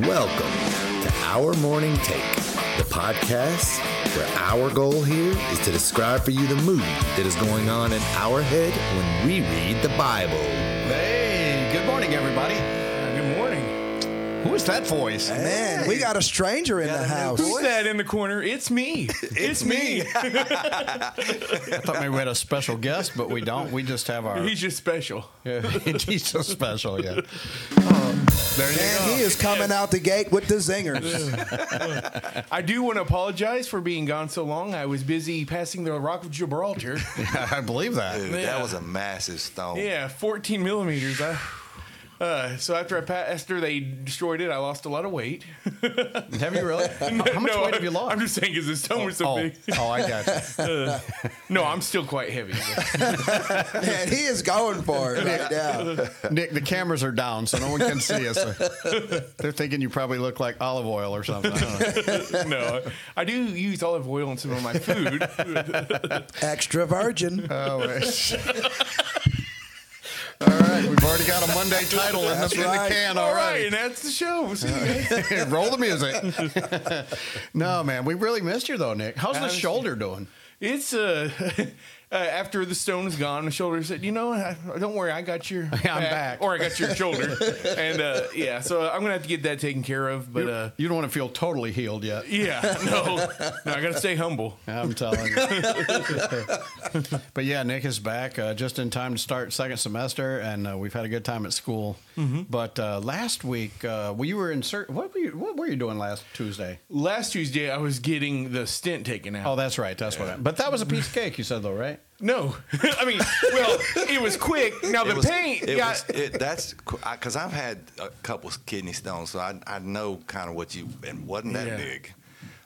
Welcome to Our Morning Take, the podcast where our goal here is to describe for you the movie that is going on in our head when we read the Bible. Hey, good morning, everybody. Good morning. Who is that voice? Man, we got a stranger in the house. Who's that in the corner? It's me. It's me. I thought maybe we had a special guest, but we don't. We just have our. He's just special. Yeah, he's so special, yeah. Um, there you Man, go. he is coming out the gate with the zingers. I do want to apologize for being gone so long. I was busy passing the Rock of Gibraltar. I believe that. Dude, Yeah. that was a massive stone. yeah, 14 millimeters. I, uh, so after I passed after they destroyed it, I lost a lot of weight. Have you really? How how much No, weight have you lost? I'm just saying because the stone was so oh, big. oh, I got you. No, I'm still quite heavy. Man, he is going for it right now. Nick, the cameras are down, so no one can see us. They're thinking you probably look like olive oil or something. I don't know. no, I do use olive oil in some of my food. Extra virgin. Oh, wait. All right, we've already got a Monday title in, the, in the right. can All right, already. and that's the show. See you guys. Roll the music. no, man, we really missed you though, Nick. How's the missed you. shoulder doing? It's uh, uh after the stone is gone, the shoulder said, "You know, I, don't worry, I got your Yeah, I'm back. or I got your shoulder." and uh, yeah, so I'm gonna have to get that taken care of. But uh, You don't want to feel totally healed yet. yeah, no, no, I gotta stay humble. I'm telling you. but yeah, Nick is back uh, just in time to start second semester, and uh, we've had a good time at school. But uh, last week, uh, we were in cert- what were you what were you doing last Tuesday? Last Tuesday, I was getting the stint taken out. Oh, that's right, that's what. I, but that was a piece of cake, you said though, right? no, I mean, well, it was quick. Now the It was, paint it got. was, it, that's because I've had a couple kidney stones, so I, I know kind of what you and wasn't that Yeah. big,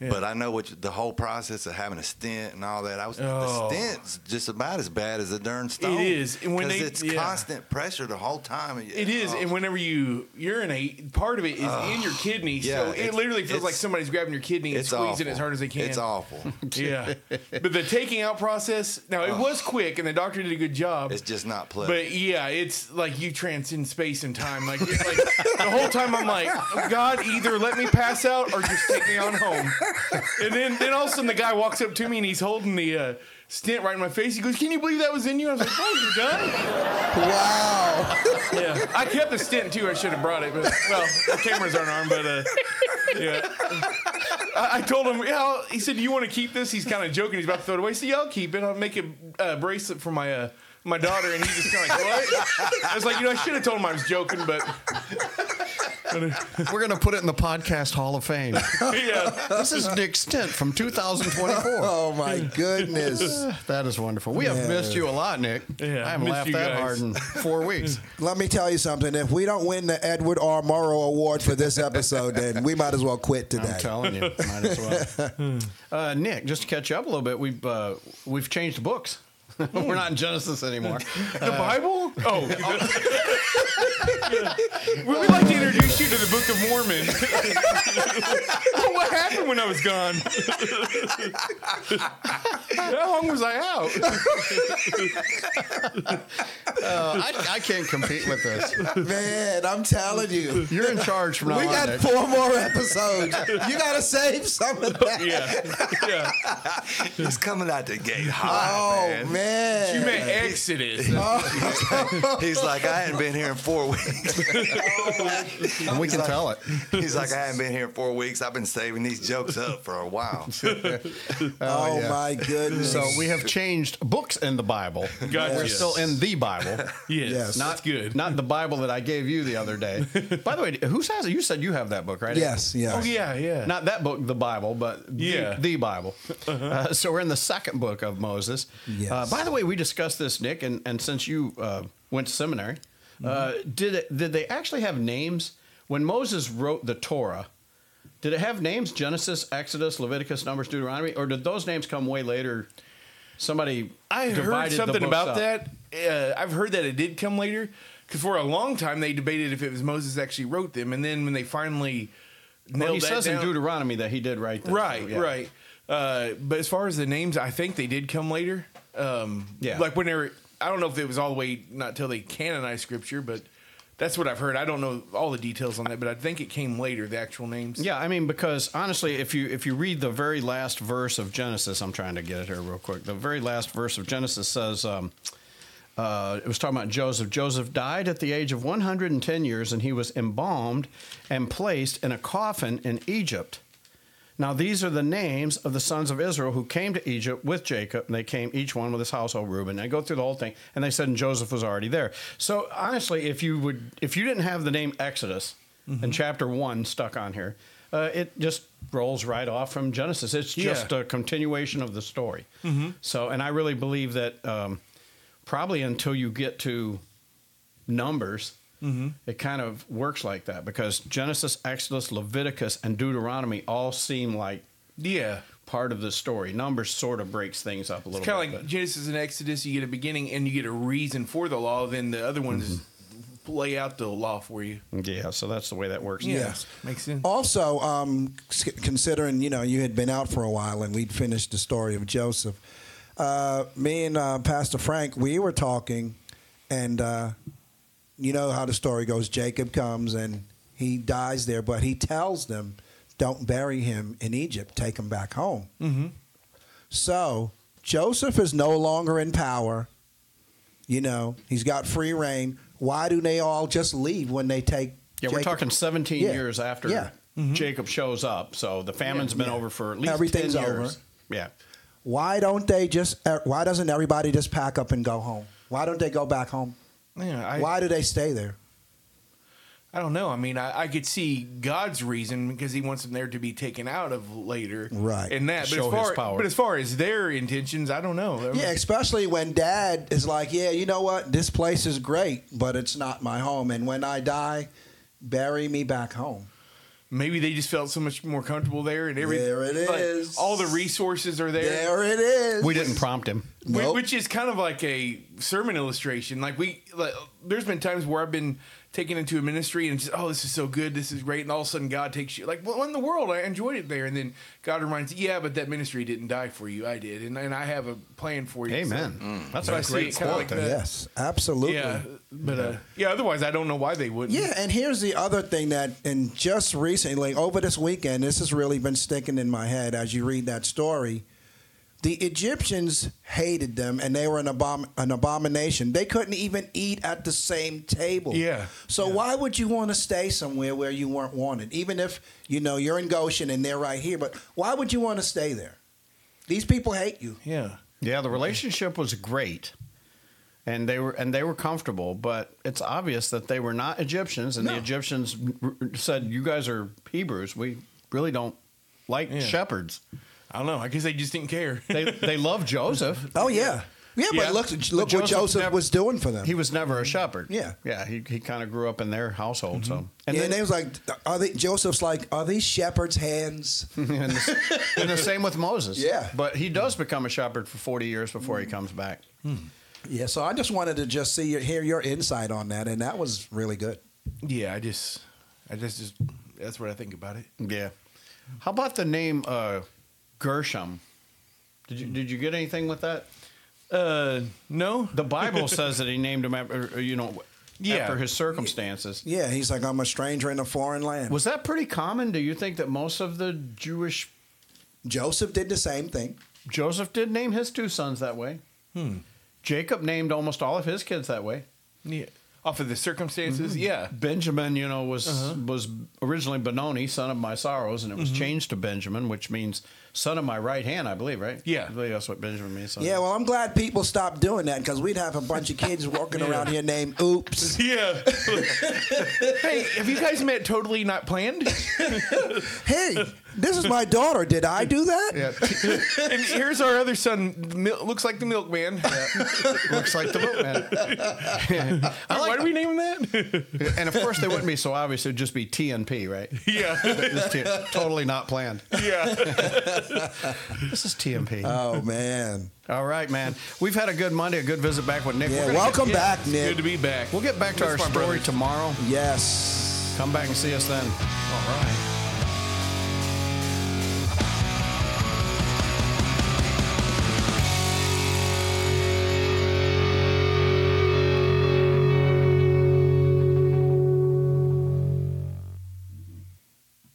but I know what you, the whole process of having a stent and all that. I was Oh. the stent's just about as bad as a darn stone. is, and when 'Cause they- it's yeah. constant pressure the whole time. It is, oh. and whenever you urinate, part of it is in your kidney, yeah, so it it's- literally feels it's- like somebody's grabbing your kidney and it's squeezing awful. as hard as they can. It's awful. Yeah. but the taking out process, now it was quick and the doctor did a good job. it's just not pleasant. but yeah, it's like you transcend space and time. Like, it's like the whole time I'm like, God, either let me pass out or just take me on home. And then, then all of a sudden the guy walks up to me and he's holding the uh, stint right in my face. He goes, Can you believe that was in you? I was like, Oh, you're done? Wow. Yeah. I kept the stint too. I should have brought it, but well, the cameras aren't on, but uh, yeah. I, I told him, yeah, I'll-" he said, "You want to keep this?" He's kind of joking. He's about to throw it away. So yeah, I'll keep it. I'll make a uh, bracelet for my uh, my daughter. And he's just kind of like, "What?" I was like, you know, I should have told him I was joking, but We're gonna put it in the podcast Hall of Fame. yeah, this is Nick Stent from 2024. Oh my goodness. That is wonderful. We have missed you a lot, Nick. Yeah, I haven't missed laughed you that guys. hard in four weeks. Let me tell you something. If we don't win the Edward R. Morrow Award for this episode, then we might as well quit I'm today. telling you, might as well. Hmm. Uh, Nick, just to catch you up a little bit, we've uh, we've changed books. We're not in Genesis anymore. Uh, the Bible. Oh, we would like to introduce you to the Book of Mormon. what happened when I was gone? How long was I out? Uh, I, I can't compete with this. Man, I'm telling you. You're in charge from now We on. got Nick. four more episodes. You got to save some of that. Yeah, yeah. it's coming out the gate hot, Oh, man. man. You meant Uh, Exodus. He's like, I hadn't been here in four weeks. and we can tell it. He's like, I haven't been here in four weeks. I've been saving these jokes up for a while. Oh, yeah. my goodness. So we have changed books in the Bible. Gotcha. We're still in the Bible. Yes, Yes. not good. Not the Bible that I gave you the other day. By the way, who has it? You said you have that book, right? yes, yes. oh yeah, yeah. not that book, the Bible, but the- Yeah. Uh-huh. the, Bible. Uh, so we're in the second book of Moses. Yes. Uh, by the way, we discussed this, Nick, and, and since you uh, went to seminary, uh, did it, did they actually have names when Moses wrote the Torah? Did it have names? Genesis, Exodus, Leviticus, Numbers, Deuteronomy, or did those names come way later? Somebody I heard divided the something books about up. that. Uh, I've heard that it did come later because for a long time they debated if it was Moses actually wrote them, and then when they finally nailed Well, he that says in down- Deuteronomy that he did write that. right, Yeah. right. Uh, but as far as the names, I think they did come later. Um, Yeah. like when they were. I don't know if it was all the way not till they canonized scripture, but That's what I've heard. I don't know all the details on that, but I think it came later. The actual names. Yeah, I mean because honestly, if you if you read the very last verse of Genesis, I'm trying to get it here real quick. The very last verse of Genesis says, um, uh, it was talking about Joseph. Joseph died at the age of 110 years, and he was embalmed and placed in a coffin in Egypt. Now these are the names of the sons of Israel who came to Egypt with Jacob, and they came each one with his household Reuben. They go through the whole thing, and they said, and Joseph was already there. So honestly, if you would, if you didn't have the name Exodus and chapter one stuck on here, uh, it just rolls right off from Genesis. It's just Yeah. a continuation of the story. So, and I really believe that um, probably until you get to numbers Mm-hmm. it kind of works like that because genesis exodus leviticus and deuteronomy all seem like Yeah. part of the story numbers sort of breaks things up a little It's kind bit of like but- Genesis and Exodus. You get a beginning and you get a reason for the law. Then the other ones lay out the law for you. Mm-hmm. yeah so that's the way that works Yes. makes sense. Also, um, c- considering you know you had been out for a while and we'd finished the story of Joseph, uh, me and uh, Pastor Frank we were talking, and uh, you know how the story goes. Jacob comes and he dies there, but he tells them, "Don't bury him in Egypt. Take him back home." Mm-hmm. So Joseph is no longer in power. You know he's got free reign. Why do they all just leave when they take? yeah we're Jacob? talking 17 Yeah. years after Yeah. Mm-hmm. jacob shows up so the famine's been over for at least Everything's 10 over. years yeah why don't they just er, why doesn't everybody just pack up and go home why don't they go back home Yeah, I, why do they stay there I don't know. I mean, I, I could see God's reason because He wants them there to be taken out of later, Right. And that, To but as, show far, His power. but as far as their intentions, I don't know. I mean, yeah especially when dad is like yeah you know what this place is great but it's not my home and when i die bury me back home Maybe they just felt so much more comfortable there, and everything. There it is. All the resources are there. there it is we didn't prompt him Whi- Nope. Which is kind of like a sermon illustration. Like we, like, there's been times where I've been taken into a ministry and just, oh, this is so good, this is great, and all of a sudden God takes you. Like, well, in the world, I enjoyed it there, and then God reminds, you, yeah, but that ministry didn't die for you, I did, and, and I have a plan for you. amen So- that's So I a see great Mm. it kinda quote like there. that. yes absolutely yeah, but uh, yeah. Otherwise, I don't know why they wouldn't. Yeah, and here's the other thing that, and just recently, like over this weekend, this has really been sticking in my head as you read that story. The Egyptians hated them, and they were an, abom- an abomination. They couldn't even eat at the same table. Yeah. So why would you want to stay somewhere where you weren't wanted? Even if you know you're in Goshen and they're right here, but why would you want to stay there? These people hate you. yeah. Yeah, the relationship was great. And they were and they were comfortable, but it's obvious that they were not Egyptians, and the No. Egyptians r- r- said, "You guys are Hebrews. We really don't like Yeah. shepherds. I don't know. I guess they just didn't care. They they love Joseph. Oh yeah, yeah. Yeah. But look, look what Joseph Joseph never- was doing for them. He was never a shepherd. Yeah. Mm-hmm. yeah. He he kind of grew up in their household. So and then they was like, "Are they?" Joseph's like, "Are these shepherds' hands?" and, the, and the same with Moses. Yeah. but he does become a shepherd for forty years before he comes back. Yeah, so I just wanted to just see your, hear your insight on that, and that was really good. yeah, I just, I just, just that's what I think about it. Yeah. How about the name uh, Gershom? Did you did you get anything with that? Hmm. Uh, no. The Bible says that he named him after, uh, you know, Yeah. after his circumstances. Yeah, he's like, "I'm a stranger in a foreign land." Was that pretty common? Do you think that most of the Jewish Joseph did the same thing. Joseph did name his two sons that way? Hmm. Jacob named almost all of his kids that way. Yeah. Mm-hmm. Off of the circumstances, yeah. Benjamin, you know, was Uh-huh. was originally Benoni, son of my sorrows, and it Mm-hmm. was changed to Benjamin, which means son of my right hand, I believe, right? Yeah. I believe that's what Benjamin means. son of- Yeah, well, I'm glad people stopped doing that because we'd have a bunch of kids walking around here named Oops. Yeah. hey, have you guys met Totally Not Planned? Hey, this is my daughter. Did I do that? yeah. and here's our other son. Mil- looks like the milkman. Looks like the boatman. Why do we name him that? and of course, they wouldn't be so obvious. It would just be TNP, right? yeah. It's T- totally not planned. Yeah. This is TMP. Oh man. All right, man. We've had a good Monday, a good visit back with Nick. We're Yeah. gonna- Welcome back, It's good Nick. to be back. We'll get back to Miss our my story brothers. tomorrow. yes. Come back and see us then. All right.